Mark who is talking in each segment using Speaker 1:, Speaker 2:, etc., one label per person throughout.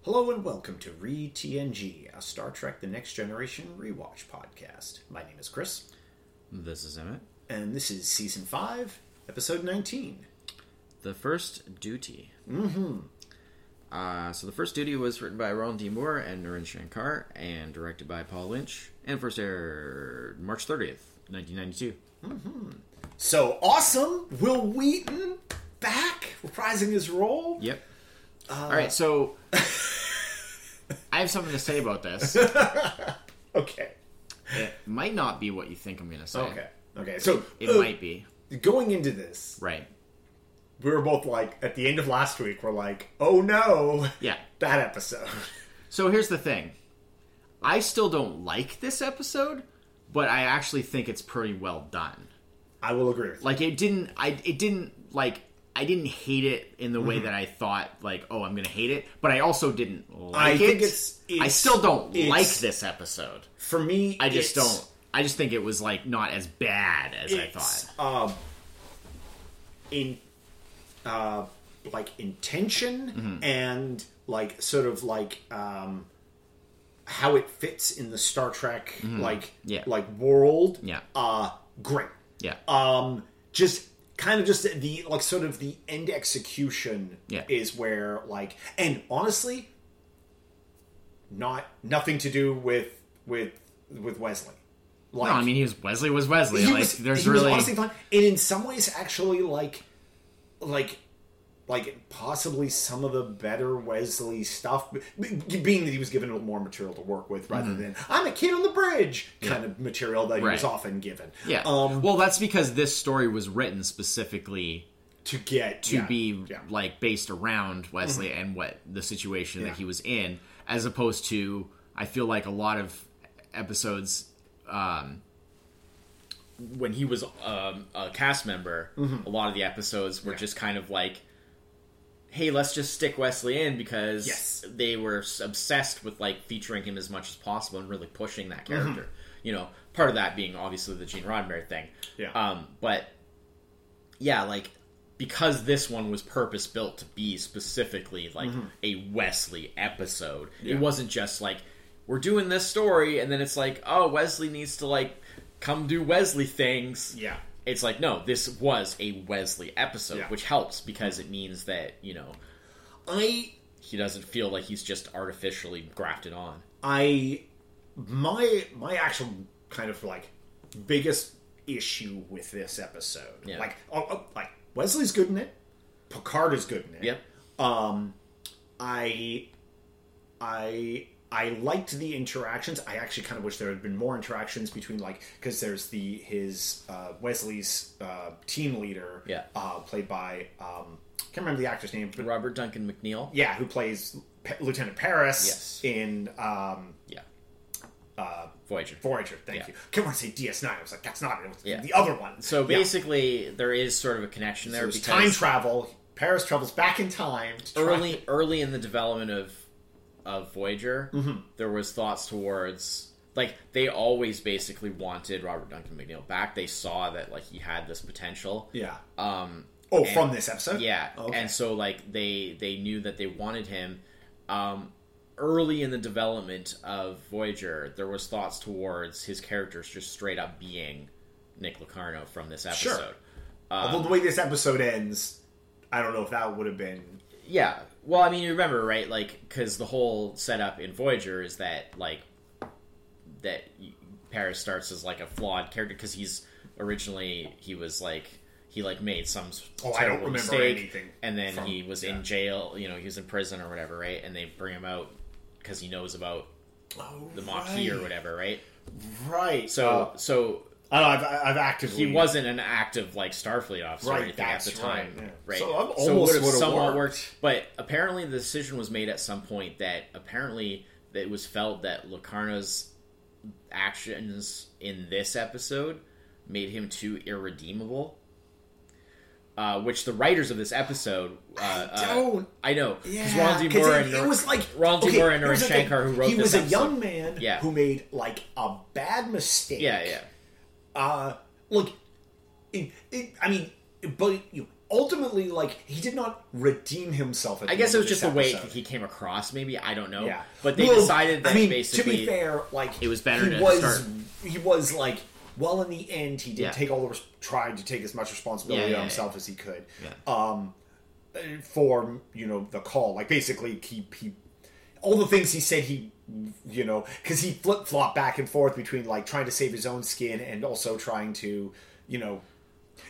Speaker 1: Hello and welcome to ReTNG, a Star Trek The Next Generation rewatch podcast. My name is Chris,
Speaker 2: This is Emmett.
Speaker 1: and this is Season 5, Episode 19.
Speaker 2: The first duty. Mm-hmm. Uh, so the first duty was written by Ron D. Moore and Naren Shankar, and directed by Paul Lynch, and first aired March thirtieth, nineteen ninety-two.
Speaker 1: So awesome! Will Wheaton back, reprising his role.
Speaker 2: Yep. All right, so I have something to say about this.
Speaker 1: Okay.
Speaker 2: it might not be what you think I'm going to say.
Speaker 1: Okay. Okay. So
Speaker 2: It
Speaker 1: uh,
Speaker 2: might be
Speaker 1: going into this,
Speaker 2: right.
Speaker 1: we were both like, at the end of last week, we're like, oh no,
Speaker 2: Yeah.
Speaker 1: that episode.
Speaker 2: So here's the thing. I still don't like this episode, but I actually think it's pretty well done.
Speaker 1: I will agree with you.
Speaker 2: like it didn't i it didn't like i didn't hate it in the way
Speaker 1: Mm-hmm.
Speaker 2: that i thought like oh i'm gonna hate it but i also didn't like
Speaker 1: I
Speaker 2: it
Speaker 1: think it's-
Speaker 2: i
Speaker 1: it's-
Speaker 2: still don't
Speaker 1: it's-
Speaker 2: like this episode
Speaker 1: For me,
Speaker 2: i just
Speaker 1: it's-
Speaker 2: don't i just think it was like not as bad as i
Speaker 1: it's,
Speaker 2: thought
Speaker 1: Um, in, uh, like intention
Speaker 2: Mm-hmm.
Speaker 1: and like sort of like um, how it fits in the Star Trek like
Speaker 2: Mm-hmm. Yeah.
Speaker 1: like world.
Speaker 2: Yeah.
Speaker 1: Uh, great.
Speaker 2: yeah
Speaker 1: Um, just kind of just the like sort of the end execution
Speaker 2: Yeah.
Speaker 1: is where like and honestly, not nothing to do with with with Wesley. Like,
Speaker 2: no i mean he was wesley was wesley
Speaker 1: he
Speaker 2: like
Speaker 1: was-
Speaker 2: there's
Speaker 1: he was
Speaker 2: really
Speaker 1: honestly fun, and in some ways, actually, like, like, like possibly some of the better Wesley stuff, b- b- being that he was given a little more material to work with rather than "I'm a kid on the bridge" kind of material that he was
Speaker 2: Mm-hmm. Right.
Speaker 1: often given.
Speaker 2: yeah
Speaker 1: um,
Speaker 2: well that's because this story was written specifically
Speaker 1: to get
Speaker 2: to be
Speaker 1: yeah.
Speaker 2: like based around Wesley and what the situation
Speaker 1: Yeah.
Speaker 2: that he was in, as opposed to I feel like a lot of episodes um, when he was um, a cast member, a lot of the episodes were just kind of like. Hey, let's just stick Wesley in because
Speaker 1: Yes.
Speaker 2: they were s- obsessed with like featuring him as much as possible and really pushing that character. You know, part of that being obviously the Gene Roddenberry thing.
Speaker 1: Yeah.
Speaker 2: Um, but yeah, like because this one was purpose built to be specifically like a Wesley episode.
Speaker 1: Mm-hmm. Yeah.
Speaker 2: It wasn't just like we're doing this story and then it's like, oh, Wesley needs to like come do Wesley things.
Speaker 1: yeah,
Speaker 2: It's like no, this was a Wesley episode,
Speaker 1: Yeah. Mm-hmm.
Speaker 2: which helps because it means that, you know,
Speaker 1: I
Speaker 2: he doesn't feel like he's just artificially grafted on.
Speaker 1: I my my actual kind of like biggest issue with this episode,
Speaker 2: Yeah.
Speaker 1: like oh, oh, like Wesley's good in it, Picard is good in it.
Speaker 2: Yep.
Speaker 1: Um, I I I liked the interactions. I actually kind of wish there had been more interactions between like because there's the his uh, Wesley's uh, team leader,
Speaker 2: Yeah.
Speaker 1: uh, played by um, can't remember the actor's name, but
Speaker 2: Robert Duncan McNeil.
Speaker 1: yeah, who plays Pa- Lieutenant Paris
Speaker 2: Yes.
Speaker 1: in um,
Speaker 2: Yeah. Uh, Voyager.
Speaker 1: Voyager. Thank
Speaker 2: Yeah.
Speaker 1: you. Can't want to say DS9. I was like, that's not it. It was
Speaker 2: Yeah.
Speaker 1: the other one.
Speaker 2: So
Speaker 1: Yeah.
Speaker 2: basically, there is sort of a connection there
Speaker 1: there's
Speaker 2: because
Speaker 1: time travel. Paris travels back in time. To try-
Speaker 2: early early in the development of of Voyager,
Speaker 1: Mm-hmm.
Speaker 2: there was thoughts towards like they always basically wanted Robert Duncan McNeil back. They saw that like he had this potential.
Speaker 1: Yeah.
Speaker 2: Um,
Speaker 1: Oh, from this episode.
Speaker 2: yeah,
Speaker 1: Okay.
Speaker 2: and so like they they knew that they wanted him. Um, early in the development of Voyager, there was thoughts towards his characters just straight up being Nick Locarno from this
Speaker 1: Sure.
Speaker 2: episode.
Speaker 1: Although the
Speaker 2: Um,
Speaker 1: way this episode ends, I don't know if that would have been.
Speaker 2: Yeah. Well, I mean, you remember, right? Like, because the whole setup in Voyager is that, like, that y- Paris starts as, like, a flawed character because he's originally, he was, like, he, like, made some. s-
Speaker 1: Oh, I don't
Speaker 2: terrible
Speaker 1: remember
Speaker 2: mistake,
Speaker 1: anything
Speaker 2: And then
Speaker 1: from-
Speaker 2: he was
Speaker 1: yeah.
Speaker 2: in jail, you know, he was in prison or whatever, right? And they bring him out because he knows about
Speaker 1: Oh,
Speaker 2: the Maquis or whatever, right?
Speaker 1: Right.
Speaker 2: So,
Speaker 1: Uh,
Speaker 2: so
Speaker 1: I don't know. I've, I've actively.
Speaker 2: he wasn't an active like Starfleet officer
Speaker 1: Right,
Speaker 2: or anything at
Speaker 1: that's
Speaker 2: the time.
Speaker 1: right,
Speaker 2: Right.
Speaker 1: yeah. So I've
Speaker 2: it
Speaker 1: almost
Speaker 2: would've
Speaker 1: would've
Speaker 2: somewhat
Speaker 1: worked.
Speaker 2: But apparently the decision was made at some point that apparently it was felt that Locarno's actions in this episode made him too irredeemable. Uh, which the writers of this episode, uh,
Speaker 1: I
Speaker 2: uh,
Speaker 1: don't-
Speaker 2: I know, 'cause
Speaker 1: Yeah,
Speaker 2: Ron D.
Speaker 1: 'cause
Speaker 2: Moore
Speaker 1: it,
Speaker 2: and
Speaker 1: it was like
Speaker 2: Ron D.
Speaker 1: okay,
Speaker 2: Moore and
Speaker 1: here's
Speaker 2: Naren
Speaker 1: the thing.
Speaker 2: Shankar who wrote
Speaker 1: He
Speaker 2: this
Speaker 1: was a
Speaker 2: episode.
Speaker 1: young man
Speaker 2: Yeah.
Speaker 1: who made like a bad mistake.
Speaker 2: yeah, yeah,
Speaker 1: uh, look, it, it, I mean, but you know, ultimately, like he did not redeem himself. At
Speaker 2: I
Speaker 1: the
Speaker 2: guess
Speaker 1: end
Speaker 2: it
Speaker 1: of
Speaker 2: was just the
Speaker 1: this
Speaker 2: way
Speaker 1: episode.
Speaker 2: he came across. Maybe I don't know.
Speaker 1: Yeah,
Speaker 2: But they
Speaker 1: Well,
Speaker 2: decided that
Speaker 1: I mean,
Speaker 2: basically
Speaker 1: to be fair, like
Speaker 2: it was better
Speaker 1: He
Speaker 2: to
Speaker 1: was
Speaker 2: start-
Speaker 1: he was like well in the end he did
Speaker 2: Yeah.
Speaker 1: take all the res- tried to take as much responsibility
Speaker 2: Yeah, yeah,
Speaker 1: on
Speaker 2: yeah.
Speaker 1: himself as he could
Speaker 2: Yeah.
Speaker 1: um for you know the call like basically he he all the things he said he you know because he flip flopped back and forth between like trying to save his own skin and also trying to you know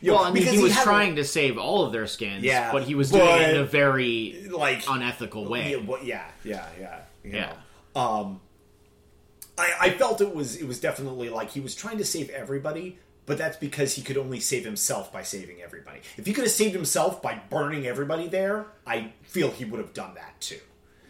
Speaker 1: you
Speaker 2: Well,
Speaker 1: know,
Speaker 2: I mean,
Speaker 1: because
Speaker 2: he was
Speaker 1: had,
Speaker 2: trying to save all of their skins,
Speaker 1: Yeah,
Speaker 2: but he was doing it in a
Speaker 1: but-
Speaker 2: very
Speaker 1: like
Speaker 2: unethical way.
Speaker 1: Yeah, what, yeah, yeah, yeah. you
Speaker 2: Yeah.
Speaker 1: know. Um, I, I felt it was it was definitely like he was trying to save everybody, but that's because he could only save himself by saving everybody. If he could have saved himself by burning everybody there, I feel he would have done that too.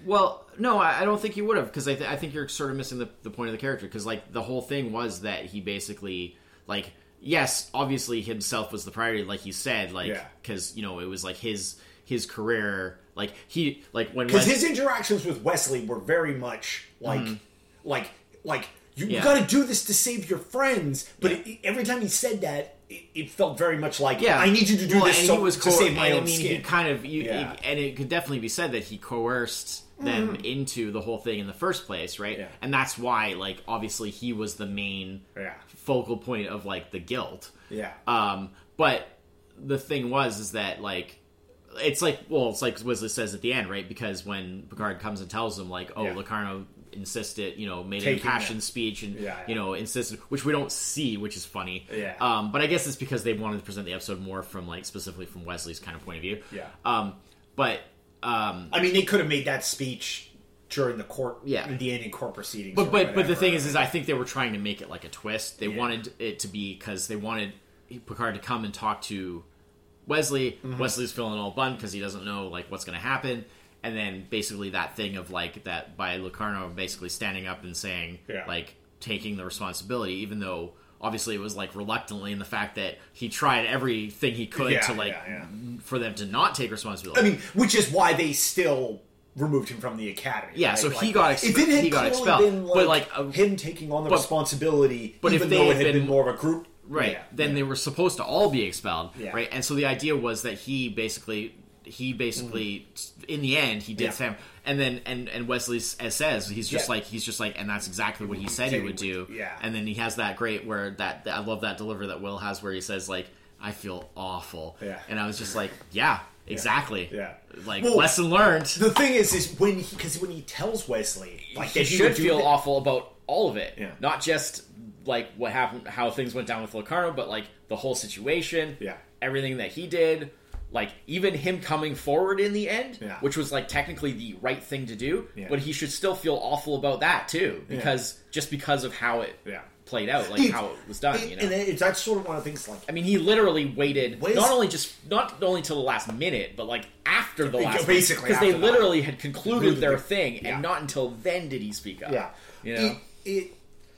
Speaker 2: Well, no, I, I don't think you would have because I, th- I think you're sort of missing the, the point of the character because like the whole thing was that he basically like yes, obviously himself was the priority, like you said, like
Speaker 1: Yeah.
Speaker 2: because you know it was like his his career, like he like when
Speaker 1: Because
Speaker 2: Wes-
Speaker 1: his interactions with Wesley were very much like, like, like you,
Speaker 2: Mm. Yeah.
Speaker 1: got to do this to save your friends. But it, it- every time he said that, it, it felt very much like,
Speaker 2: yeah,
Speaker 1: I need you to do
Speaker 2: Well,
Speaker 1: this
Speaker 2: and
Speaker 1: so,
Speaker 2: he was
Speaker 1: to
Speaker 2: coer-
Speaker 1: save my
Speaker 2: and,
Speaker 1: own
Speaker 2: I mean,
Speaker 1: skin.
Speaker 2: he kind of you,
Speaker 1: Yeah. Mm-hmm.
Speaker 2: it- and it could definitely be said that he coerced them into the whole thing in the first place, right?
Speaker 1: Yeah.
Speaker 2: And that's why, like, obviously, he was the main
Speaker 1: Yeah.
Speaker 2: focal point of like the guilt.
Speaker 1: yeah.
Speaker 2: Um, but the thing was is that like it's like well, it's like Wesley says at the end, right? Because when Picard comes and tells him like, oh,
Speaker 1: Yeah.
Speaker 2: Locarno insisted, you know, made an
Speaker 1: Taking
Speaker 2: impassioned
Speaker 1: it.
Speaker 2: speech and
Speaker 1: Yeah, yeah.
Speaker 2: you know insisted, which we don't see, which is funny.
Speaker 1: Yeah.
Speaker 2: Um, but I guess it's because they wanted to present the episode more from like specifically from Wesley's kind of point of view.
Speaker 1: Yeah.
Speaker 2: Um, but um,
Speaker 1: I mean, they could have made that speech during the court,
Speaker 2: Yeah.
Speaker 1: the ending court proceedings. or
Speaker 2: But but, but the
Speaker 1: whatever.
Speaker 2: thing is, is I think they were trying to make it like a twist. They
Speaker 1: Yeah.
Speaker 2: wanted it to be because they wanted Picard to come and talk to Wesley.
Speaker 1: Mm-hmm.
Speaker 2: Wesley's feeling all bummed because he doesn't know like what's going to happen. And then basically that thing of like that by Locarno basically standing up and saying
Speaker 1: Yeah.
Speaker 2: like taking the responsibility, even though obviously it was like reluctantly in the fact that he tried everything he could
Speaker 1: Yeah,
Speaker 2: to like
Speaker 1: yeah, yeah.
Speaker 2: for them to not take responsibility.
Speaker 1: I mean, which is why they still removed him from the academy.
Speaker 2: Yeah,
Speaker 1: right?
Speaker 2: so he
Speaker 1: Like,
Speaker 2: got expe-
Speaker 1: if it had
Speaker 2: he got
Speaker 1: clearly
Speaker 2: expelled.
Speaker 1: Been like
Speaker 2: But, like, a-
Speaker 1: him taking on the
Speaker 2: but-
Speaker 1: responsibility,
Speaker 2: but if
Speaker 1: even
Speaker 2: they
Speaker 1: though
Speaker 2: had
Speaker 1: it had been,
Speaker 2: been-
Speaker 1: more of a group,
Speaker 2: right
Speaker 1: yeah.
Speaker 2: then they were supposed to all be expelled
Speaker 1: Yeah.
Speaker 2: right and so the idea was that he basically he basically in the end he did
Speaker 1: Yeah.
Speaker 2: sam and then and and wesley s- uh, says he's just
Speaker 1: Yeah.
Speaker 2: like he's just like and that's exactly what he said he
Speaker 1: Said
Speaker 2: would do
Speaker 1: yeah.
Speaker 2: and then he has that great where that, that- i love that delivery that will has where he says like i feel awful
Speaker 1: Yeah.
Speaker 2: and i was just like yeah exactly
Speaker 1: Yeah.
Speaker 2: like
Speaker 1: Well,
Speaker 2: lesson learned
Speaker 1: The thing is, is when he because when he tells Wesley, like
Speaker 2: he
Speaker 1: that he
Speaker 2: should
Speaker 1: would do
Speaker 2: feel
Speaker 1: thi-
Speaker 2: awful about all of it,
Speaker 1: Yeah.
Speaker 2: not just like what happened, how things went down with Locarno, but like the whole situation,
Speaker 1: Yeah.
Speaker 2: everything that he did, like even him coming forward in the end,
Speaker 1: Yeah.
Speaker 2: which was like technically the right thing to do,
Speaker 1: Yeah.
Speaker 2: but he should still feel awful about that too, because just because of how it
Speaker 1: Yeah.
Speaker 2: played out, like
Speaker 1: Dude,
Speaker 2: how it was done,
Speaker 1: and,
Speaker 2: you know.
Speaker 1: and it- that's sort of one of the things like.
Speaker 2: I mean, he literally waited
Speaker 1: What is-
Speaker 2: not only just not only till the last minute, but like after the
Speaker 1: Yeah,
Speaker 2: last,
Speaker 1: basically
Speaker 2: because they
Speaker 1: after that.
Speaker 2: literally had concluded
Speaker 1: Concluded
Speaker 2: their
Speaker 1: their-
Speaker 2: thing, and
Speaker 1: yeah.
Speaker 2: not until then did he speak up.
Speaker 1: Yeah,
Speaker 2: you know.
Speaker 1: it, it.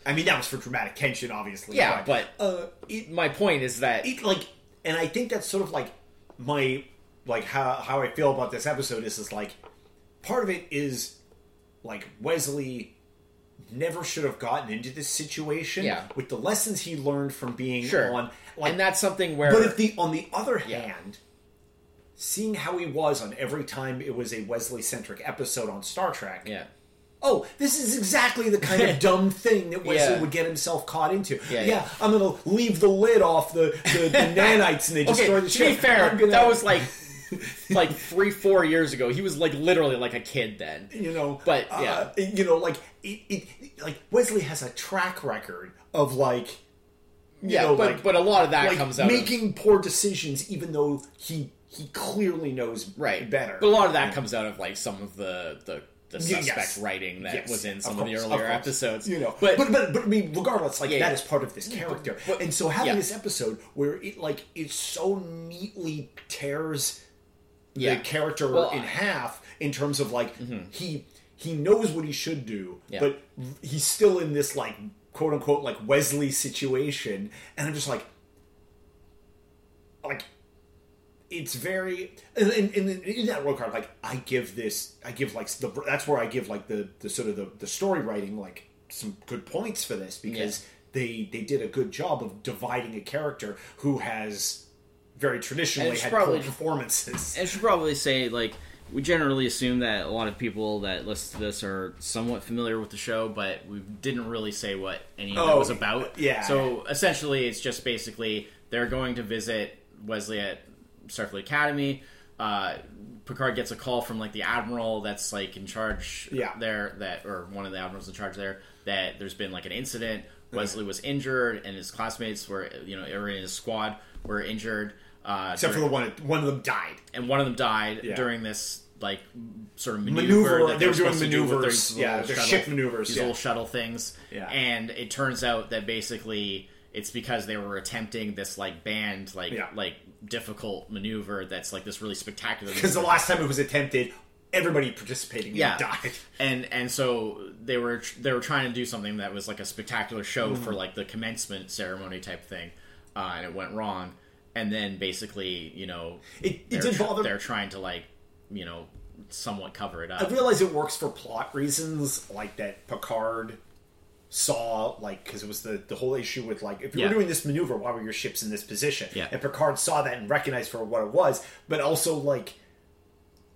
Speaker 1: I mean, that was for dramatic tension, obviously.
Speaker 2: Yeah, but-
Speaker 1: uh, it
Speaker 2: My point is that
Speaker 1: it like and i think that's sort of like my like how how i feel about this episode is is like part of it is like wesley never should have gotten into this situation
Speaker 2: Yeah.
Speaker 1: with the lessons he learned from being
Speaker 2: sure,
Speaker 1: on like
Speaker 2: and that's something where
Speaker 1: but if the on the other
Speaker 2: Yeah.
Speaker 1: hand seeing how he was on every time it was a wesley centric episode on star trek
Speaker 2: yeah,
Speaker 1: oh, this is exactly the kind of dumb thing that Wesley
Speaker 2: Yeah.
Speaker 1: would get himself caught into.
Speaker 2: Yeah,
Speaker 1: Yeah,
Speaker 2: yeah.
Speaker 1: I'm gonna leave the lid off the, the, the nanites and they
Speaker 2: okay.
Speaker 1: destroy
Speaker 2: To
Speaker 1: the
Speaker 2: be
Speaker 1: ship.
Speaker 2: fair,
Speaker 1: I'm gonna-
Speaker 2: that was like like three four years ago. He was like literally like a kid then.
Speaker 1: you know,
Speaker 2: but,
Speaker 1: uh,
Speaker 2: yeah.
Speaker 1: you know, like it, it, like Wesley has a track record of like, you
Speaker 2: Yeah,
Speaker 1: know,
Speaker 2: but
Speaker 1: like,
Speaker 2: but a lot of that
Speaker 1: like
Speaker 2: comes out of-
Speaker 1: making poor decisions, even though he he clearly knows
Speaker 2: right
Speaker 1: better.
Speaker 2: But a lot of that comes out of like some of the the, the
Speaker 1: Yeah,
Speaker 2: suspect
Speaker 1: yes.
Speaker 2: writing that
Speaker 1: Yes,
Speaker 2: was in
Speaker 1: of
Speaker 2: some of,
Speaker 1: course,
Speaker 2: the earlier
Speaker 1: course.
Speaker 2: episodes.
Speaker 1: You know,
Speaker 2: but,
Speaker 1: but but but, I mean, regardless, like that
Speaker 2: Yeah,
Speaker 1: is
Speaker 2: yeah.
Speaker 1: part of this character,
Speaker 2: but-
Speaker 1: and so having
Speaker 2: yeah.
Speaker 1: this episode where it like it so neatly tears
Speaker 2: Yeah.
Speaker 1: the character
Speaker 2: Well,
Speaker 1: in
Speaker 2: I- Mm-hmm.
Speaker 1: half in terms of like he he knows what he should do,
Speaker 2: Yeah.
Speaker 1: but he's still in this like quote unquote like Wesley situation, and I'm just like, like it's very and, and, and in that role card like i give this i give like the that's where i give like the the sort of the, the story writing like some good points for this because they they did a good job of dividing a character who has very traditionally
Speaker 2: And
Speaker 1: had
Speaker 2: probably-
Speaker 1: poor performances.
Speaker 2: I should probably say like we generally assume that a lot of people that listen to this are somewhat familiar with the show, but we didn't really say what any of it
Speaker 1: Oh,
Speaker 2: was about.
Speaker 1: yeah.
Speaker 2: So essentially, it's just basically they're going to visit Wesley at Starfleet Academy. Uh, Picard gets a call from like the admiral that's like in charge
Speaker 1: Yeah.
Speaker 2: there that or one of the admirals in charge there that there's been like an incident. Wesley was injured, and his classmates were you know or in his squad were injured. Uh,
Speaker 1: Except for
Speaker 2: during-
Speaker 1: the one, one of them died.
Speaker 2: and one of them died
Speaker 1: Yeah.
Speaker 2: during this like m- sort of maneuver.
Speaker 1: Maneuver,
Speaker 2: that
Speaker 1: they were doing
Speaker 2: supposed to do with
Speaker 1: maneuvers,
Speaker 2: these
Speaker 1: yeah,
Speaker 2: little
Speaker 1: their ship maneuvers,
Speaker 2: these
Speaker 1: yeah.
Speaker 2: little shuttle things.
Speaker 1: Yeah.
Speaker 2: and it turns out that basically it's because they were attempting this like banned, like
Speaker 1: Yeah.
Speaker 2: like difficult maneuver that's like this really spectacular.
Speaker 1: Because the
Speaker 2: maneuver.
Speaker 1: last time it was attempted, everybody participating
Speaker 2: yeah
Speaker 1: died.
Speaker 2: and and so they were they were trying to do something that was like a spectacular show for
Speaker 1: Mm.
Speaker 2: like the commencement ceremony type thing, uh, and it went wrong. And then basically, you know,
Speaker 1: It- it
Speaker 2: they're
Speaker 1: did bother-
Speaker 2: They're trying to like, you know, somewhat cover it
Speaker 1: I
Speaker 2: up.
Speaker 1: realize it works for plot reasons, like that Picard saw, like, because it was the, the whole issue with, like, if you
Speaker 2: Yeah.
Speaker 1: were doing this maneuver, why were your ships in this position?
Speaker 2: Yeah.
Speaker 1: And Picard saw that and recognized for what it was, but also, like,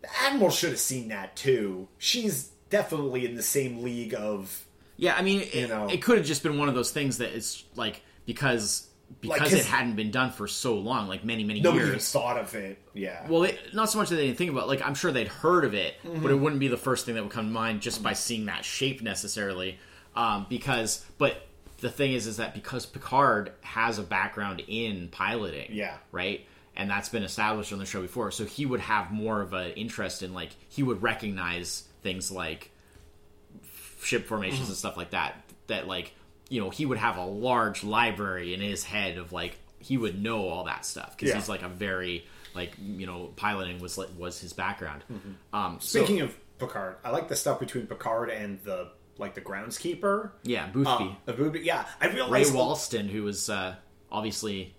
Speaker 1: the Admiral should have seen that too. She's definitely in the same league of.
Speaker 2: Yeah, I mean, it,
Speaker 1: know.
Speaker 2: it could have just been one of those things that it's like because because it
Speaker 1: 'cause-
Speaker 2: hadn't been done for so long, like many many
Speaker 1: Nobody even
Speaker 2: years.
Speaker 1: thought of it. Yeah.
Speaker 2: Well, it, not so much that they didn't think about. it, Like I'm sure they'd heard of it,
Speaker 1: Mm-hmm.
Speaker 2: but it wouldn't be the first thing that would come to mind just by seeing that shape necessarily. Um, because, but the thing is, is that because Picard has a background in piloting,
Speaker 1: Yeah.
Speaker 2: right, and that's been established on the show before, so he would have more of an interest in like he would recognize things like ship formations
Speaker 1: Mm-hmm.
Speaker 2: and stuff like that that like you know he would have a large library in his head of like he would know all that stuff because
Speaker 1: Yeah.
Speaker 2: he's like a very like you know piloting was like was his background um so-
Speaker 1: Mm-hmm. Speaking of Picard, I like the stuff between Picard and the, like, the groundskeeper.
Speaker 2: yeah boothby
Speaker 1: Uh, the booby- yeah, I
Speaker 2: ray
Speaker 1: realized.
Speaker 2: walston who was uh obviously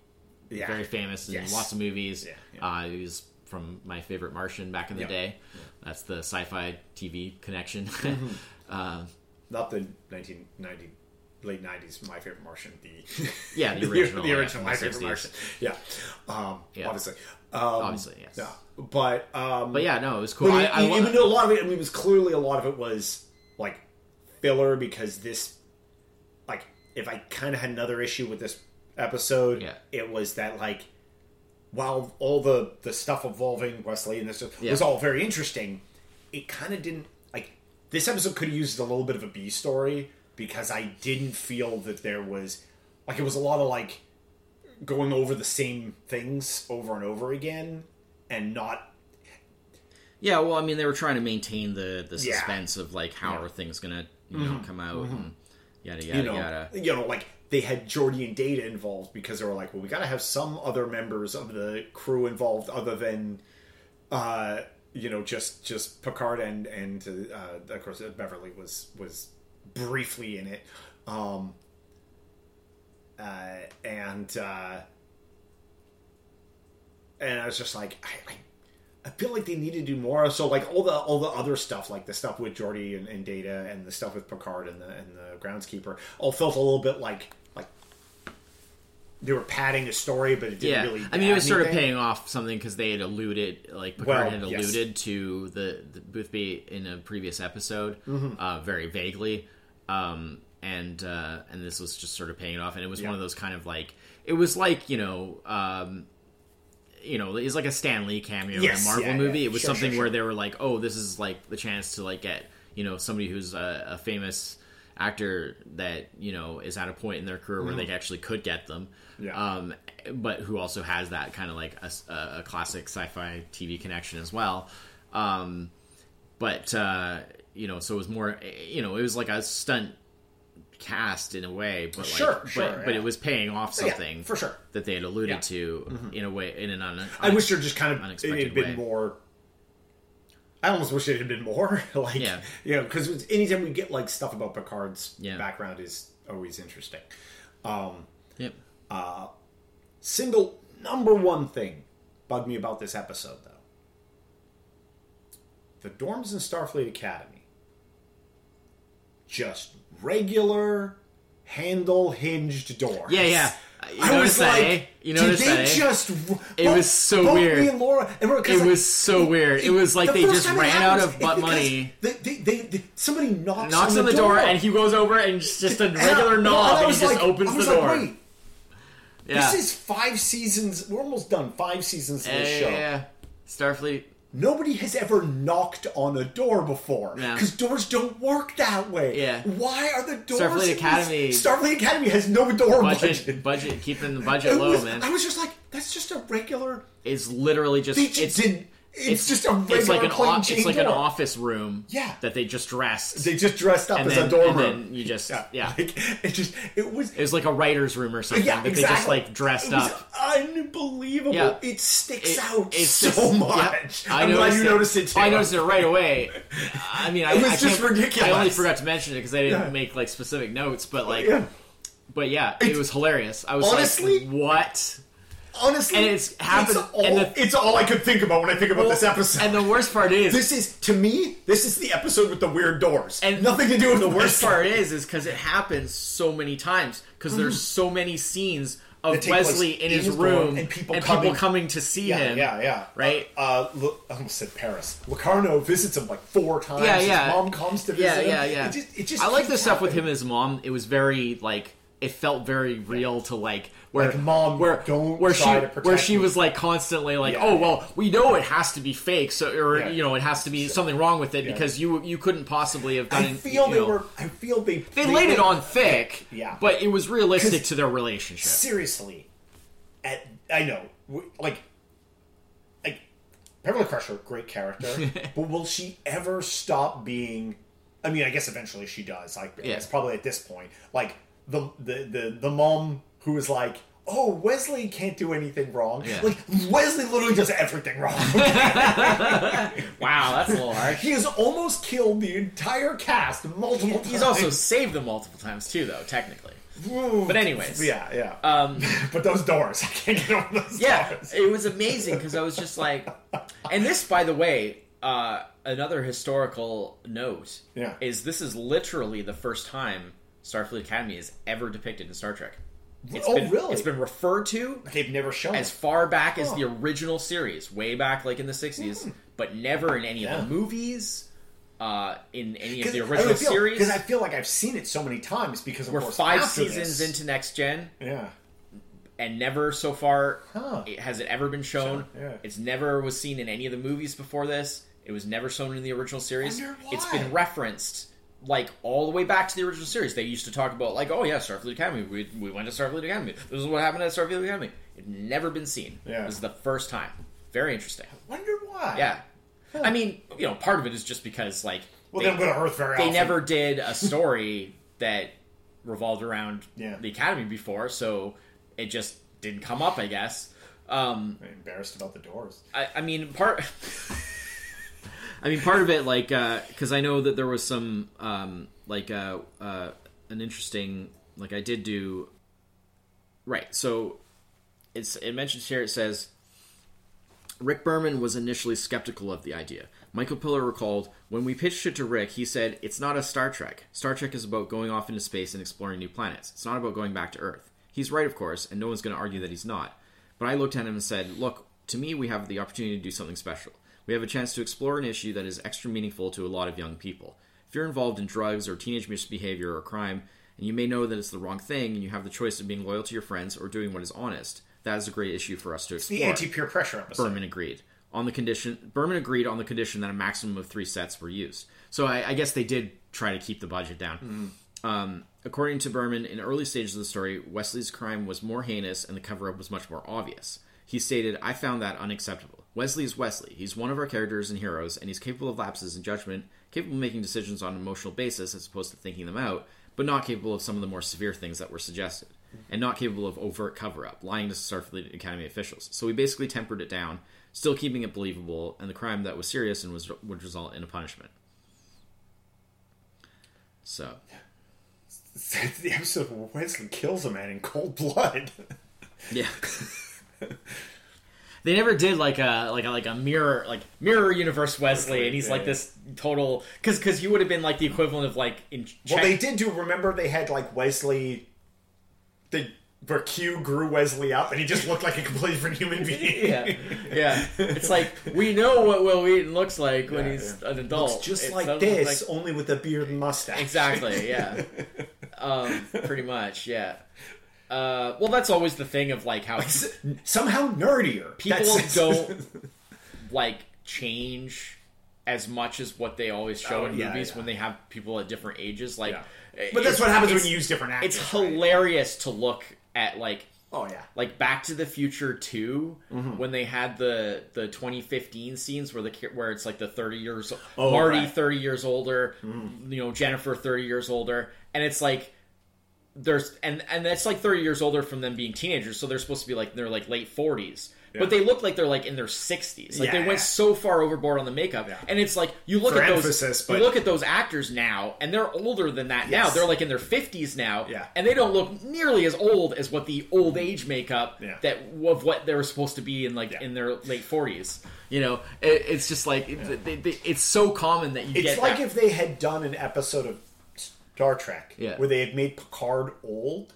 Speaker 1: yeah.
Speaker 2: very famous in
Speaker 1: Yes.
Speaker 2: lots of movies
Speaker 1: Yeah,
Speaker 2: uh he was from my favorite martian back in the
Speaker 1: Yeah. Mm-hmm.
Speaker 2: day that's the sci-fi tv connection uh,
Speaker 1: not the 1990 late 90s my favorite martian the
Speaker 2: Yeah, the original,
Speaker 1: the
Speaker 2: yeah,
Speaker 1: original
Speaker 2: from
Speaker 1: my
Speaker 2: the
Speaker 1: favorite
Speaker 2: 60s.
Speaker 1: martian yeah um
Speaker 2: Yeah.
Speaker 1: obviously um
Speaker 2: obviously yes
Speaker 1: yeah but um
Speaker 2: but yeah no it was cool
Speaker 1: but
Speaker 2: I,
Speaker 1: it-
Speaker 2: I,
Speaker 1: it-
Speaker 2: wa-
Speaker 1: even though a lot of it i mean it was clearly a lot of it was like filler because this like if i kind of had another issue with this episode
Speaker 2: Yeah.
Speaker 1: it was that like while all the the stuff involving Wesley and this stuff
Speaker 2: Yeah.
Speaker 1: was all very interesting, it kind of didn't like this episode could have used a little bit of a B story because I didn't feel that there was like it was a lot of like going over the same things over and over again and not
Speaker 2: Yeah, well, I mean, they were trying to maintain the the
Speaker 1: Yeah. Mm-hmm.
Speaker 2: suspense of like how are things gonna you know come out and yada yada
Speaker 1: you know
Speaker 2: yada.
Speaker 1: you know like they had Jordy and Data involved because they were like well we got to have some other members of the crew involved other than uh you know just just Picard and and uh, of course uh, Beverly was was briefly in it um uh and uh and I was just like I, I I feel like they need to do more. So like all the all the other stuff, like the stuff with Jordy and, and Data, and the stuff with Picard and the and the groundskeeper, all felt a little bit like like they were padding a story, but it didn't
Speaker 2: Yeah,
Speaker 1: really.
Speaker 2: I mean, it
Speaker 1: add
Speaker 2: was sort of
Speaker 1: anything.
Speaker 2: paying off something because they had alluded, like
Speaker 1: Well,
Speaker 2: Picard had
Speaker 1: yes.
Speaker 2: alluded to the, the Boothby in a previous episode,
Speaker 1: Mm-hmm.
Speaker 2: uh, very vaguely, um, and uh, and this was just sort of paying it off, and it was one of those kind of like it was like you know. Um, you know, it's like a Stan Lee cameo in
Speaker 1: Yes,
Speaker 2: a Marvel
Speaker 1: yeah,
Speaker 2: movie.
Speaker 1: yeah.
Speaker 2: It was
Speaker 1: Sure,
Speaker 2: something
Speaker 1: sure,
Speaker 2: where
Speaker 1: sure.
Speaker 2: they were like, "Oh, this is like the chance to like get you know somebody who's a, a famous actor that you know is at a point in their career where they actually could get them."
Speaker 1: Mm-hmm. Yeah.
Speaker 2: Um, but who also has that kind of like a, s- a- a classic sci-fi TV connection as well. Um, but uh, you know, so it was more, you know, it was like a stunt cast in a way, but like,
Speaker 1: Sure,
Speaker 2: but,
Speaker 1: sure, yeah.
Speaker 2: but
Speaker 1: Oh,
Speaker 2: it was paying off
Speaker 1: Yeah,
Speaker 2: something
Speaker 1: for sure.
Speaker 2: that they had alluded
Speaker 1: Yeah. Mm-hmm.
Speaker 2: to in a way, in an un-
Speaker 1: I wish there just kind of it
Speaker 2: unexpected
Speaker 1: had been
Speaker 2: way.
Speaker 1: more. I almost wish it had been more like
Speaker 2: Yeah.
Speaker 1: you know because anytime we get like stuff about Picard's
Speaker 2: Yeah.
Speaker 1: background is always interesting.
Speaker 2: Yep.
Speaker 1: Single number one thing bugged me about this episode though. The dorms in Starfleet Academy. Just regular handle hinged doors.
Speaker 2: Yeah, yeah. You
Speaker 1: I
Speaker 2: notice
Speaker 1: was
Speaker 2: that,
Speaker 1: like,
Speaker 2: eh? You
Speaker 1: did
Speaker 2: notice
Speaker 1: they
Speaker 2: that, eh?
Speaker 1: just?
Speaker 2: It
Speaker 1: both-
Speaker 2: was so
Speaker 1: both
Speaker 2: weird.
Speaker 1: Me and Laura, and we're- 'cause,
Speaker 2: It
Speaker 1: like,
Speaker 2: was so weird. It was like
Speaker 1: the
Speaker 2: they
Speaker 1: first
Speaker 2: just
Speaker 1: time it
Speaker 2: ran
Speaker 1: happens,
Speaker 2: out of
Speaker 1: it's
Speaker 2: butt
Speaker 1: because
Speaker 2: money.
Speaker 1: They, they, they, they- somebody knocks,
Speaker 2: Knocks on the door, and he goes over and it's just a regular
Speaker 1: and I-
Speaker 2: knob,
Speaker 1: and I
Speaker 2: and,
Speaker 1: was
Speaker 2: he just
Speaker 1: like-
Speaker 2: opens
Speaker 1: I was
Speaker 2: the
Speaker 1: like,
Speaker 2: door.
Speaker 1: Wait,
Speaker 2: yeah.
Speaker 1: This is five seasons. We're almost done. Five seasons of
Speaker 2: yeah,
Speaker 1: this
Speaker 2: yeah,
Speaker 1: show.
Speaker 2: yeah, yeah. Starfleet.
Speaker 1: Nobody has ever knocked on a door before
Speaker 2: Yeah.
Speaker 1: because doors don't work that way.
Speaker 2: Yeah.
Speaker 1: Why are the doors?
Speaker 2: Starfleet
Speaker 1: in this-
Speaker 2: Academy-
Speaker 1: Starfleet Academy has no door budget.
Speaker 2: Budget, budget, keeping the budget
Speaker 1: It
Speaker 2: low,
Speaker 1: was-
Speaker 2: man.
Speaker 1: I was just like, that's just a regular.
Speaker 2: It's literally just
Speaker 1: They just
Speaker 2: it's
Speaker 1: did. It's, just a regular
Speaker 2: it's like an
Speaker 1: plain
Speaker 2: o-
Speaker 1: Jane
Speaker 2: it's like an
Speaker 1: door.
Speaker 2: office room.
Speaker 1: Yeah.
Speaker 2: that they just dressed.
Speaker 1: They just dressed up
Speaker 2: and
Speaker 1: as
Speaker 2: then,
Speaker 1: a dorm
Speaker 2: and
Speaker 1: room.
Speaker 2: then you just yeah.
Speaker 1: Like, it just it was
Speaker 2: It was like a writer's room or something
Speaker 1: yeah
Speaker 2: that
Speaker 1: exactly
Speaker 2: they just like dressed
Speaker 1: it was
Speaker 2: up.
Speaker 1: Unbelievable!
Speaker 2: Yeah.
Speaker 1: It sticks
Speaker 2: It-
Speaker 1: out
Speaker 2: it's
Speaker 1: so
Speaker 2: just-
Speaker 1: much.
Speaker 2: yep, I
Speaker 1: I'm glad you
Speaker 2: it.
Speaker 1: noticed it too.
Speaker 2: I noticed it right away. I mean, I,
Speaker 1: It was
Speaker 2: I can't-
Speaker 1: just ridiculous.
Speaker 2: I only forgot to mention it because I didn't
Speaker 1: Yeah.
Speaker 2: make like specific notes, but like,
Speaker 1: Yeah.
Speaker 2: but yeah, it was hilarious. I was
Speaker 1: Honestly-
Speaker 2: like, what?
Speaker 1: Honestly,
Speaker 2: And it's happened-
Speaker 1: It's all,
Speaker 2: and the-
Speaker 1: it's all I could think about when I think about Oh, this episode.
Speaker 2: And the worst part is
Speaker 1: this is to me. This is the episode with the weird doors
Speaker 2: And
Speaker 1: nothing to do with
Speaker 2: the worst
Speaker 1: this.
Speaker 2: part is is because it happens so many times because there's so many scenes
Speaker 1: Mm-hmm. That
Speaker 2: of
Speaker 1: take place
Speaker 2: Wesley in
Speaker 1: in
Speaker 2: his
Speaker 1: his
Speaker 2: room
Speaker 1: dorm and people coming-
Speaker 2: to see
Speaker 1: Yeah,
Speaker 2: him.
Speaker 1: yeah, yeah.
Speaker 2: Right?
Speaker 1: Uh, Lu- I almost said Paris. Locarno visits him like four times.
Speaker 2: yeah,
Speaker 1: His
Speaker 2: yeah.
Speaker 1: mom comes to
Speaker 2: Yeah,
Speaker 1: visit
Speaker 2: yeah,
Speaker 1: him.
Speaker 2: yeah.
Speaker 1: It just, it just
Speaker 2: I like
Speaker 1: keeps
Speaker 2: the stuff with him
Speaker 1: happening.
Speaker 2: and his mom. It was very like it felt very real to like where
Speaker 1: Like, "Mom,
Speaker 2: where
Speaker 1: don't
Speaker 2: where
Speaker 1: try
Speaker 2: she
Speaker 1: to protect
Speaker 2: where she
Speaker 1: me."
Speaker 2: was like constantly like
Speaker 1: Yeah,
Speaker 2: oh
Speaker 1: yeah.
Speaker 2: well we know it has to be fake so or
Speaker 1: Yeah.
Speaker 2: you know it has to be something wrong with it because you you couldn't possibly have done
Speaker 1: I feel
Speaker 2: you
Speaker 1: they
Speaker 2: know.
Speaker 1: were. I feel they.
Speaker 2: they laid it on thick
Speaker 1: Yeah.
Speaker 2: but it was realistic
Speaker 1: 'Cause-
Speaker 2: to their relationship
Speaker 1: seriously at i know w- like like beverly crusher great character but will she ever stop being i mean i guess eventually she does like
Speaker 2: Yeah.
Speaker 1: it's probably at this point like the the the, the mom who is like Oh, Wesley can't do anything wrong.
Speaker 2: Yeah.
Speaker 1: Like Wesley literally does everything wrong.
Speaker 2: wow that's a little harsh
Speaker 1: he has almost killed the entire cast multiple times.
Speaker 2: He's also saved them multiple times too, though technically. But anyways,
Speaker 1: yeah, yeah.
Speaker 2: um,
Speaker 1: but those doors, I can't get over those
Speaker 2: yeah,
Speaker 1: doors.
Speaker 2: it was amazing because I was just like, and this, by the way, uh, another historical note
Speaker 1: Yeah.
Speaker 2: is this is literally the first time Starfleet Academy is ever depicted in Star Trek. It's
Speaker 1: oh,
Speaker 2: been,
Speaker 1: really?
Speaker 2: It's been referred to
Speaker 1: They've never shown
Speaker 2: as far back as the original series, way back like in the '60s, but never in any
Speaker 1: Hmm. Yeah.
Speaker 2: of the movies, uh, in any of the
Speaker 1: I
Speaker 2: original
Speaker 1: really feel,
Speaker 2: series.
Speaker 1: Because I feel like I've seen it so many times. Because of
Speaker 2: We're
Speaker 1: course,
Speaker 2: five
Speaker 1: after
Speaker 2: seasons
Speaker 1: this-
Speaker 2: into next gen,
Speaker 1: Yeah,
Speaker 2: and never so far
Speaker 1: Huh.
Speaker 2: it, has it ever been shown.
Speaker 1: Shown, yeah.
Speaker 2: It's never was seen in any of the movies before this. It was never shown in the original series.
Speaker 1: Wonder
Speaker 2: It's
Speaker 1: why.
Speaker 2: been referenced like all the way back to the original series. They used to talk about like, oh yeah, Starfleet Academy. We, we went to Starfleet Academy. This is what happened at Starfleet Academy. It never been seen.
Speaker 1: Yeah.
Speaker 2: This is the first time. Very interesting.
Speaker 1: wonder why.
Speaker 2: Yeah. I mean, you know, part of it is just because like
Speaker 1: Well,
Speaker 2: they-
Speaker 1: they don't go to Earth very
Speaker 2: they
Speaker 1: often.
Speaker 2: never did a story that revolved around
Speaker 1: Yeah.
Speaker 2: the academy before, so it just didn't come up, I guess. Um,
Speaker 1: I'm embarrassed about the doors.
Speaker 2: I, I mean, part. I mean, part of it, like, because I know that there was some, um, like, uh, uh, an interesting, like, I did do. Right, so it's it mentions here. It says Rick Berman was initially skeptical of the idea. Michael Piller recalled, when we pitched it to Rick, he said, It's not a Star Trek. Star Trek is about going off into space and exploring new planets. It's not about going back to Earth. He's right, of course, and no one's going to argue that he's not. But I looked at him and said, Look, to me, we have the opportunity to do something special. We have a chance to explore an issue that is extra meaningful to a lot of young people. If you're involved in drugs or teenage misbehavior or crime, and you may know that it's the wrong thing, and you have the choice of being loyal to your friends or doing what is honest, that is a great issue for us to explore.
Speaker 1: The anti-peer pressure episode.
Speaker 2: Berman agreed on the condition. Berman agreed on the condition that a maximum of three sets were used. So I, I guess they did try to keep the budget down. Um, according to Berman, in early stages of the story, Wesley's crime was more heinous and the cover up was much more obvious. He stated, "I found that unacceptable. Wesley is Wesley. He's one of our characters and heroes, and he's capable of lapses in judgment, capable of making decisions on an emotional basis as opposed to thinking them out, but not capable of some of the more severe things that were suggested." and not capable of overt cover up, lying to Starfleet Academy officials. So we basically tempered it down, still keeping it believable, and the crime that was serious and was would result in a punishment. So
Speaker 1: It's the episode where Wesley kills a man in cold blood.
Speaker 2: yeah. They never did like a like a like a mirror like mirror universe Wesley, and he's
Speaker 1: Yeah,
Speaker 2: like
Speaker 1: yeah.
Speaker 2: this total because because he would have been like the equivalent of like in
Speaker 1: well,
Speaker 2: Czech-
Speaker 1: they did do. Remember, they had like Wesley. They where Q grew Wesley up and he just looked like a completely different human being.
Speaker 2: yeah, yeah. It's like we know what Will Wheaton looks like when
Speaker 1: Yeah,
Speaker 2: he's
Speaker 1: yeah.
Speaker 2: an adult.
Speaker 1: It's just
Speaker 2: It
Speaker 1: like
Speaker 2: doesn't look
Speaker 1: this,
Speaker 2: like-
Speaker 1: only with a beard and mustache.
Speaker 2: Exactly. Yeah. um, pretty much. Yeah. Uh, well, that's always the thing of like how
Speaker 1: S- Somehow nerdier.
Speaker 2: people
Speaker 1: That's-
Speaker 2: don't like change as much as what they always show
Speaker 1: Oh,
Speaker 2: in
Speaker 1: yeah,
Speaker 2: movies
Speaker 1: yeah.
Speaker 2: when they have people at different ages. Like,
Speaker 1: Yeah.
Speaker 2: it-
Speaker 1: But that's
Speaker 2: it's-
Speaker 1: what happens when
Speaker 2: it's-
Speaker 1: you use different actors.
Speaker 2: It's
Speaker 1: right?
Speaker 2: hilarious to look at like
Speaker 1: Oh yeah.
Speaker 2: like Back to the Future 2 when they had the the 2015 scenes where the ki- where it's like the 30 years
Speaker 1: Oh,
Speaker 2: Marty
Speaker 1: right. Mm.
Speaker 2: 30 years older, you know Jennifer 30 years older, and it's like there's and and that's like 30 years older from them being teenagers, so they're supposed to be like they're like late 40s. But they look like they're like in their 60s. Like they
Speaker 1: Yeah.
Speaker 2: went so far overboard on the makeup, and it's like you look
Speaker 1: For
Speaker 2: at those
Speaker 1: emphasis,
Speaker 2: you
Speaker 1: but-
Speaker 2: look at those actors now, and they're older than that now.
Speaker 1: Yes.
Speaker 2: They're like in their 50s now,
Speaker 1: Yeah.
Speaker 2: and they don't look nearly as old as what the old age makeup
Speaker 1: Yeah.
Speaker 2: that of what they were supposed to be in like
Speaker 1: Yeah.
Speaker 2: in their late 40s you know it, it's just like it, they, they, it's so common that you
Speaker 1: It's
Speaker 2: get
Speaker 1: like
Speaker 2: that.
Speaker 1: if they had done an episode of Star Trek
Speaker 2: Yeah.
Speaker 1: where they had made Picard old,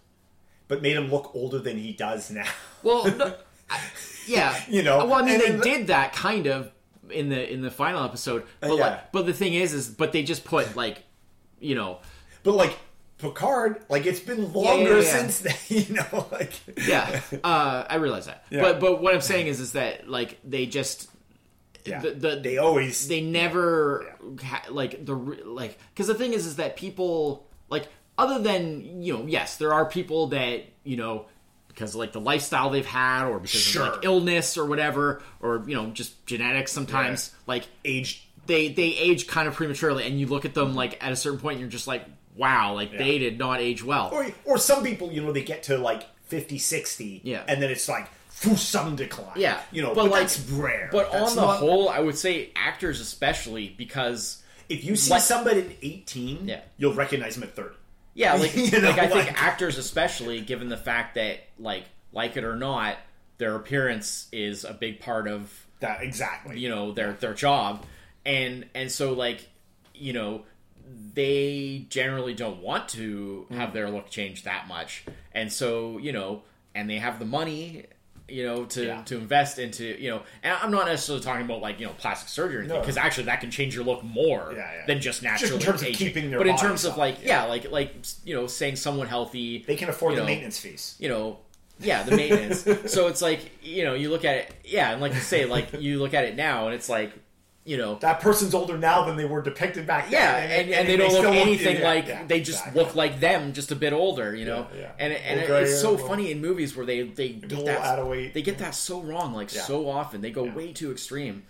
Speaker 1: but made him look older than he does now.
Speaker 2: well no, I- yeah
Speaker 1: You know,
Speaker 2: well i mean
Speaker 1: and
Speaker 2: they
Speaker 1: then-
Speaker 2: did that kind of in the in the final episode but
Speaker 1: yeah.
Speaker 2: like but the thing is is but they just put like you know
Speaker 1: But like Picard, like it's been longer
Speaker 2: yeah, yeah.
Speaker 1: since then. You know, like
Speaker 2: yeah uh i realize that but but what i'm saying is is that like they just
Speaker 1: Yeah.
Speaker 2: the, the,
Speaker 1: they always
Speaker 2: they never ha- like the re- like because the thing is is that people like other than you know yes there are people that you know because of, like the lifestyle they've had or because of
Speaker 1: Sure.
Speaker 2: like illness or whatever or you know just genetics sometimes like
Speaker 1: aged.
Speaker 2: they they age kind of prematurely and you look at them like at a certain point and you're just like wow like they did not age well
Speaker 1: Or, or some people, you know, they get to like 50, 60,
Speaker 2: Yeah.
Speaker 1: and then it's like phew, some decline.
Speaker 2: Yeah.
Speaker 1: you know,
Speaker 2: But,
Speaker 1: but,
Speaker 2: like-
Speaker 1: that's rare.
Speaker 2: but
Speaker 1: That's
Speaker 2: on the
Speaker 1: not-
Speaker 2: whole i would say actors especially because
Speaker 1: if you see
Speaker 2: like-
Speaker 1: somebody at eighteen,
Speaker 2: Yeah.
Speaker 1: you'll recognize him at thirty.
Speaker 2: Yeah, like,
Speaker 1: You know,
Speaker 2: like I think
Speaker 1: like-
Speaker 2: actors, especially given the fact that like like it or not, their appearance is a big part of
Speaker 1: That exactly.
Speaker 2: you know their their job, and and so like you know they generally don't want to
Speaker 1: Mm.
Speaker 2: have their look change that much, and so you know and they have the money you know to
Speaker 1: Yeah.
Speaker 2: to invest into you know and i'm not necessarily talking about like you know plastic surgery or anything
Speaker 1: No.
Speaker 2: because actually that can change your look more
Speaker 1: Yeah, yeah.
Speaker 2: than just
Speaker 1: Just in
Speaker 2: naturally
Speaker 1: terms of
Speaker 2: aging.
Speaker 1: keeping their
Speaker 2: but in
Speaker 1: bodies
Speaker 2: terms of
Speaker 1: up.
Speaker 2: like yeah, like like you know, staying somewhat healthy.
Speaker 1: they can afford
Speaker 2: you
Speaker 1: the
Speaker 2: know,
Speaker 1: maintenance fees.
Speaker 2: You know, yeah, the maintenance. so it's like you know, you look at it, yeah, and like you say, like you look at it now, and it's like you know,
Speaker 1: That person's older now than they were depicted back then.
Speaker 2: yeah, and, and, they don't look anything like they just look like them, just a bit older, you know.
Speaker 1: Yeah, yeah.
Speaker 2: And and it,
Speaker 1: Little
Speaker 2: it's
Speaker 1: guy,
Speaker 2: so
Speaker 1: little-
Speaker 2: funny in movies where they they get
Speaker 1: Little
Speaker 2: that
Speaker 1: out of weight.
Speaker 2: they get that so wrong, like so often they go way too extreme.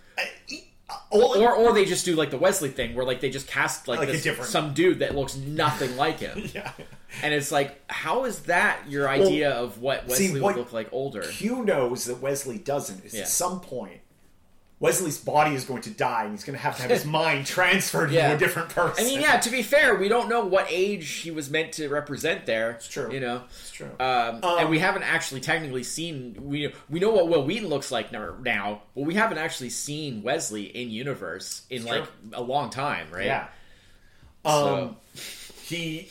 Speaker 1: e, uh, All,
Speaker 2: Or, or they just do like the Wesley thing, where like they just cast like,
Speaker 1: Like a
Speaker 2: this,
Speaker 1: different-
Speaker 2: some dude that looks nothing like him.
Speaker 1: yeah.
Speaker 2: And it's like, how is that your idea of what Wesley
Speaker 1: see,
Speaker 2: would
Speaker 1: what-
Speaker 2: look like older?
Speaker 1: Q knows that Wesley doesn't. Is
Speaker 2: Yeah.
Speaker 1: At some point, Wesley's body is going to die, and he's going to have to have his mind transferred
Speaker 2: Yeah.
Speaker 1: into a different person.
Speaker 2: I mean, yeah. To be fair, we don't know what age he was meant to represent there. It's
Speaker 1: true.
Speaker 2: you know.
Speaker 1: it's true.
Speaker 2: Um, and we haven't actually technically seen we we know what Will Wheaton looks like now, now but we haven't actually seen Wesley in universe in like a long time, right?
Speaker 1: yeah. Um,
Speaker 2: So-
Speaker 1: he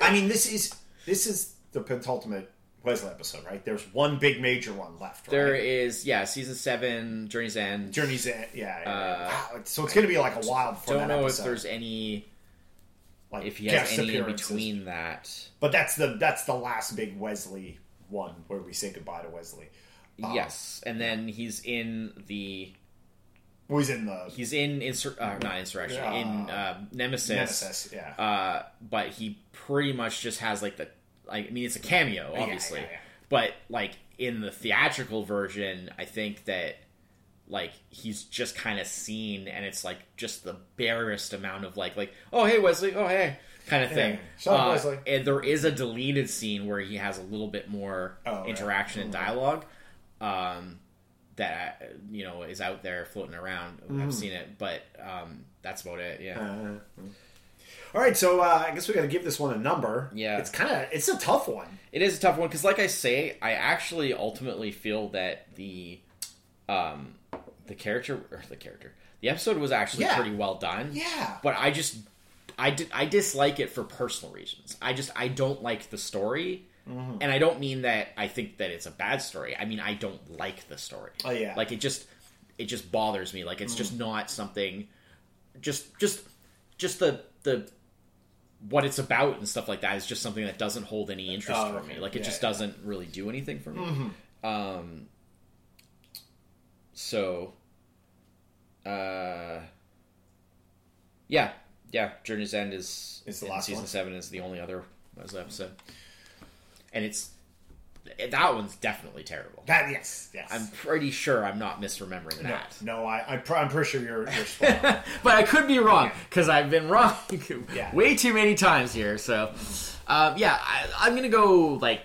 Speaker 1: i mean this is this is the penultimate wesley episode right there's one big major one left right?
Speaker 2: there is yeah season seven Journey's End.
Speaker 1: journey's end yeah, yeah, yeah. Wow, so it's gonna be like a while before
Speaker 2: Uh, don't
Speaker 1: that
Speaker 2: know
Speaker 1: episode.
Speaker 2: if there's any
Speaker 1: like
Speaker 2: if he has
Speaker 1: guest
Speaker 2: any in
Speaker 1: appearances.
Speaker 2: between that.
Speaker 1: but that's the that's the last big wesley one where we say goodbye to wesley Um,
Speaker 2: yes, and then he's in the
Speaker 1: who is in the
Speaker 2: he's in insur- uh, not insurrection
Speaker 1: Yeah.
Speaker 2: in uh, nemesis,
Speaker 1: nemesis yeah
Speaker 2: Uh, but he pretty much just has like the like I mean it's a cameo obviously,
Speaker 1: yeah, yeah.
Speaker 2: but like in the theatrical version, I think that like he's just kind of seen and it's like just the barest amount of like like oh hey Wesley oh hey kind of thing.
Speaker 1: Shut up,
Speaker 2: Uh,
Speaker 1: Wesley.
Speaker 2: And there is a deleted scene where he has a little bit more
Speaker 1: Oh, yeah.
Speaker 2: interaction and dialogue. Um, that you know is out there floating around.
Speaker 1: Mm.
Speaker 2: I've seen it, but um, that's about it. Yeah.
Speaker 1: all right Uh-huh. so uh, i guess we gotta give this one a number
Speaker 2: Yeah.
Speaker 1: it's kind of it's a tough one
Speaker 2: It is a tough one because, like I say, I actually ultimately feel that the, um, the character or the character, the episode was actually
Speaker 1: Yeah.
Speaker 2: pretty well done.
Speaker 1: yeah
Speaker 2: But I just, I did, I dislike it for personal reasons. I just, I don't like the story,
Speaker 1: Mm-hmm.
Speaker 2: And I don't mean that I think that it's a bad story. I mean I don't like the story.
Speaker 1: Oh, yeah. Mm.
Speaker 2: Like it just it just bothers me. Like it's just not something just just just the the what it's about and stuff like that is just something that doesn't hold any interest
Speaker 1: Oh,
Speaker 2: for
Speaker 1: okay.
Speaker 2: me. Like it
Speaker 1: Yeah,
Speaker 2: just
Speaker 1: yeah. Mm-hmm.
Speaker 2: doesn't really do anything for me. Um so uh yeah. Yeah, Journey's End is
Speaker 1: It's the
Speaker 2: in
Speaker 1: last
Speaker 2: season
Speaker 1: one.
Speaker 2: 7 is the only other was the episode. And it's that one's definitely terrible.
Speaker 1: That yes, yes.
Speaker 2: I'm pretty sure I'm not misremembering
Speaker 1: no,
Speaker 2: that.
Speaker 1: no, I, I pr- I'm pretty sure you're. you're spot on.
Speaker 2: But I could be wrong because I've been wrong
Speaker 1: Yeah.
Speaker 2: way too many times here. So, um, yeah, I, I'm gonna go like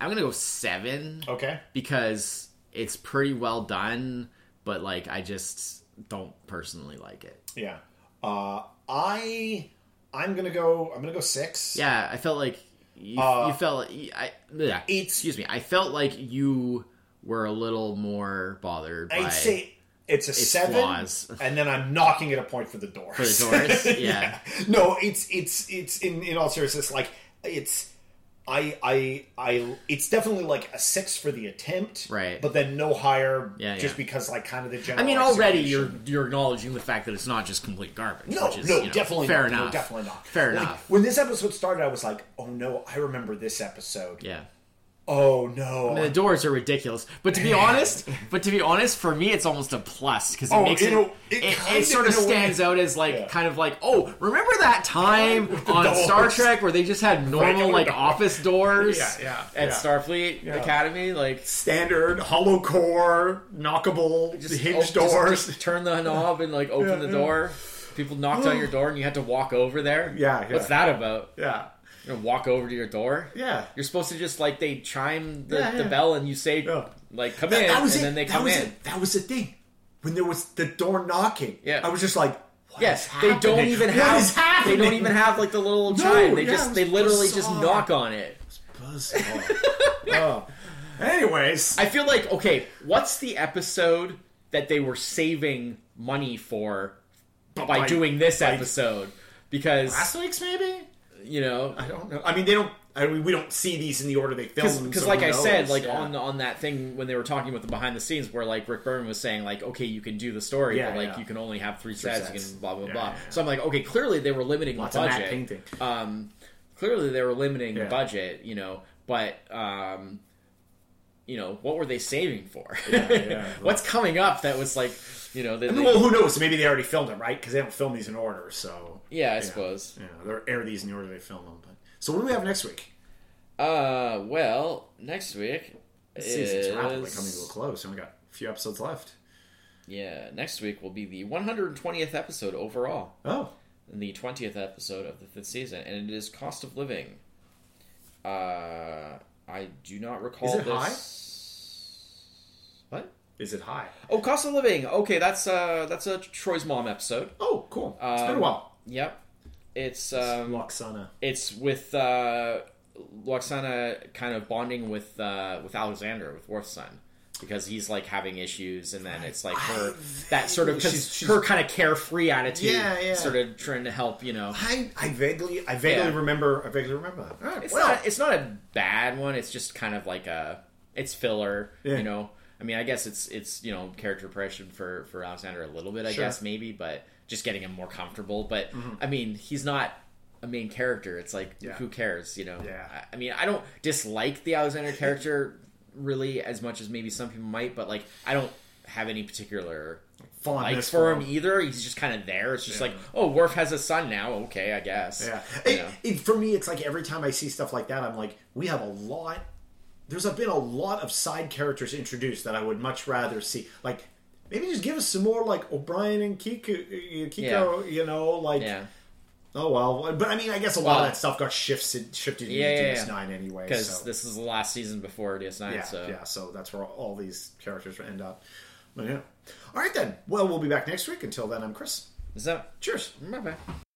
Speaker 2: I'm gonna go seven
Speaker 1: okay.
Speaker 2: because it's pretty well done, but like I just don't personally like it.
Speaker 1: Yeah. Uh, I I'm gonna go. I'm gonna go six.
Speaker 2: Yeah, I felt like you, you felt I yeah,
Speaker 1: Uh, It's-
Speaker 2: excuse me. I felt like you were a little more bothered. by
Speaker 1: I'd say it's a seven,
Speaker 2: flaws.
Speaker 1: and then I'm knocking it a point for the doors.
Speaker 2: the doors, yeah.
Speaker 1: No, it's it's it's in in all seriousness, like it's. I, I I it's definitely like a six for the attempt,
Speaker 2: Right.
Speaker 1: But then no higher,
Speaker 2: Yeah,
Speaker 1: just
Speaker 2: yeah.
Speaker 1: because like kind of the
Speaker 2: I
Speaker 1: general.
Speaker 2: mean, already
Speaker 1: execution.
Speaker 2: you're you're acknowledging the fact that it's not just complete garbage.
Speaker 1: No,
Speaker 2: which is,
Speaker 1: no,
Speaker 2: you know,
Speaker 1: definitely
Speaker 2: fair
Speaker 1: not. No,
Speaker 2: enough.
Speaker 1: definitely not.
Speaker 2: Fair
Speaker 1: Like,
Speaker 2: enough.
Speaker 1: When this episode started, I was like, "Oh no, I remember this episode."
Speaker 2: Yeah.
Speaker 1: Oh no,
Speaker 2: The doors are ridiculous, but to be honest, but to be honest, for me it's almost a plus because it
Speaker 1: Oh,
Speaker 2: makes
Speaker 1: you
Speaker 2: it
Speaker 1: know, it
Speaker 2: it,
Speaker 1: kind of-
Speaker 2: sort of
Speaker 1: in a way-
Speaker 2: stands out as like
Speaker 1: Yeah.
Speaker 2: kind of like oh remember that time
Speaker 1: With the
Speaker 2: on Star
Speaker 1: doors.
Speaker 2: Trek where they just had normal
Speaker 1: Regular
Speaker 2: like
Speaker 1: doors.
Speaker 2: office doors
Speaker 1: Yeah, yeah,
Speaker 2: at
Speaker 1: yeah.
Speaker 2: Starfleet
Speaker 1: Yeah.
Speaker 2: Academy like
Speaker 1: standard hollow core knockable hinge
Speaker 2: oh,
Speaker 1: doors.
Speaker 2: just, just turn the knob and like open
Speaker 1: Yeah,
Speaker 2: the
Speaker 1: yeah.
Speaker 2: door. People knocked on your door and you had to walk over there.
Speaker 1: Yeah, yeah.
Speaker 2: What's that about?
Speaker 1: yeah,
Speaker 2: You're gonna walk over to your door.
Speaker 1: yeah.
Speaker 2: You're supposed to just like they chime the,
Speaker 1: Yeah,
Speaker 2: the
Speaker 1: yeah.
Speaker 2: bell and you say
Speaker 1: Yeah.
Speaker 2: like come in
Speaker 1: That, that
Speaker 2: and
Speaker 1: was it.
Speaker 2: then they
Speaker 1: that
Speaker 2: come
Speaker 1: was
Speaker 2: in.
Speaker 1: it. That was the thing. When there was the door knocking,
Speaker 2: Yeah.
Speaker 1: I was just like, what
Speaker 2: Yes,
Speaker 1: is
Speaker 2: they don't
Speaker 1: happening?
Speaker 2: even
Speaker 1: What
Speaker 2: have
Speaker 1: is happening?
Speaker 2: they don't even have like the little chime. They
Speaker 1: yeah, it
Speaker 2: just
Speaker 1: was
Speaker 2: they literally just
Speaker 1: bizarre.
Speaker 2: knock on it.
Speaker 1: Buzz off. oh. Anyways,
Speaker 2: I feel like okay, what's the episode that they were saving money for by
Speaker 1: by-
Speaker 2: doing this episode? Because
Speaker 1: week's maybe.
Speaker 2: you know,
Speaker 1: I don't know. I mean, they don't. I mean, we don't see these in the order they film. them,
Speaker 2: because
Speaker 1: so
Speaker 2: like
Speaker 1: who
Speaker 2: I said,
Speaker 1: knows?
Speaker 2: like
Speaker 1: Yeah.
Speaker 2: on the, on that thing when they were talking about the behind the scenes, where like Rick Berman was saying like, okay, you can do the story,
Speaker 1: Yeah,
Speaker 2: but like
Speaker 1: yeah.
Speaker 2: you can only have three sets, you
Speaker 1: sets.
Speaker 2: can blah blah
Speaker 1: Yeah,
Speaker 2: blah.
Speaker 1: yeah, yeah.
Speaker 2: So I'm like, okay, clearly they were limiting
Speaker 1: Lots
Speaker 2: the
Speaker 1: of matte
Speaker 2: budget.
Speaker 1: painting.
Speaker 2: Um, clearly they were limiting the
Speaker 1: Yeah.
Speaker 2: budget, you know, but um, you know, what were they saving for?
Speaker 1: yeah.
Speaker 2: What's coming up that was like, you know, that they-
Speaker 1: well, who knows? Maybe they already filmed them, right? Because they don't film these in order. So
Speaker 2: yeah, I suppose.
Speaker 1: yeah, they air these in the order they film them. But so what do we have next week?
Speaker 2: Uh, well, next week.
Speaker 1: This season's rapidly
Speaker 2: is-
Speaker 1: coming to a close, and we got a few episodes left.
Speaker 2: Yeah, next week will be the 120th episode overall.
Speaker 1: Oh,
Speaker 2: in the 20th episode of the fifth season, and it is cost of living. Uh, I do not recall
Speaker 1: Is it
Speaker 2: this. What?
Speaker 1: is it high?
Speaker 2: Oh, cost of living. Okay, that's uh, that's a Troy's mom episode.
Speaker 1: Oh, cool. It's been a
Speaker 2: Um,
Speaker 1: while.
Speaker 2: Yep, it's um,
Speaker 1: Loxana.
Speaker 2: it's with uh, Loxana kind of bonding with uh, with Alexander with Worf's son. Because he's like having issues, and then it's like her that sort of 'cause
Speaker 1: She's- she's-
Speaker 2: her kind of carefree attitude,
Speaker 1: Yeah, yeah.
Speaker 2: sort of trying to help, you know.
Speaker 1: I, I vaguely I vaguely
Speaker 2: Yeah.
Speaker 1: remember I vaguely remember that. All right,
Speaker 2: It's
Speaker 1: well,
Speaker 2: not. It's not a bad one. It's just kind of like a. It's filler.
Speaker 1: Yeah.
Speaker 2: You know. I mean, I guess it's it's you know character progression for for Alexander a little bit. I
Speaker 1: Sure. Mm-hmm.
Speaker 2: guess maybe, but just getting him more comfortable. But I mean, he's not a main character. It's like
Speaker 1: Yeah.
Speaker 2: who cares? You know.
Speaker 1: Yeah.
Speaker 2: I, I mean, I don't dislike the Alexander character really as much as maybe some people might, but like I don't have any particular like
Speaker 1: fondness
Speaker 2: for him either. He's just kind of there. It's just like, oh, Worf has a son now. Okay, I guess.
Speaker 1: Yeah.
Speaker 2: You
Speaker 1: It-
Speaker 2: know?
Speaker 1: it- for me, it's like every time I see stuff like that, I'm like, we have a lot. There's been a lot of side characters introduced that I would much rather see. Like, maybe just give us some more, like O'Brien and Kiko, uh, Kiko you know, like,
Speaker 2: Yeah.
Speaker 1: oh well. But I mean, I guess a lot
Speaker 2: Well-
Speaker 1: of that stuff got shifted shifted
Speaker 2: Yeah, yeah,
Speaker 1: into
Speaker 2: yeah.
Speaker 1: DS9 anyway.
Speaker 2: because
Speaker 1: so.
Speaker 2: this is the last season before DS9.
Speaker 1: yeah,
Speaker 2: so
Speaker 1: yeah. So that's where all these characters end up. But yeah. All right then. Well, we'll be back next week. Until then, I'm Chris.
Speaker 2: is that
Speaker 1: Cheers.
Speaker 2: my bad.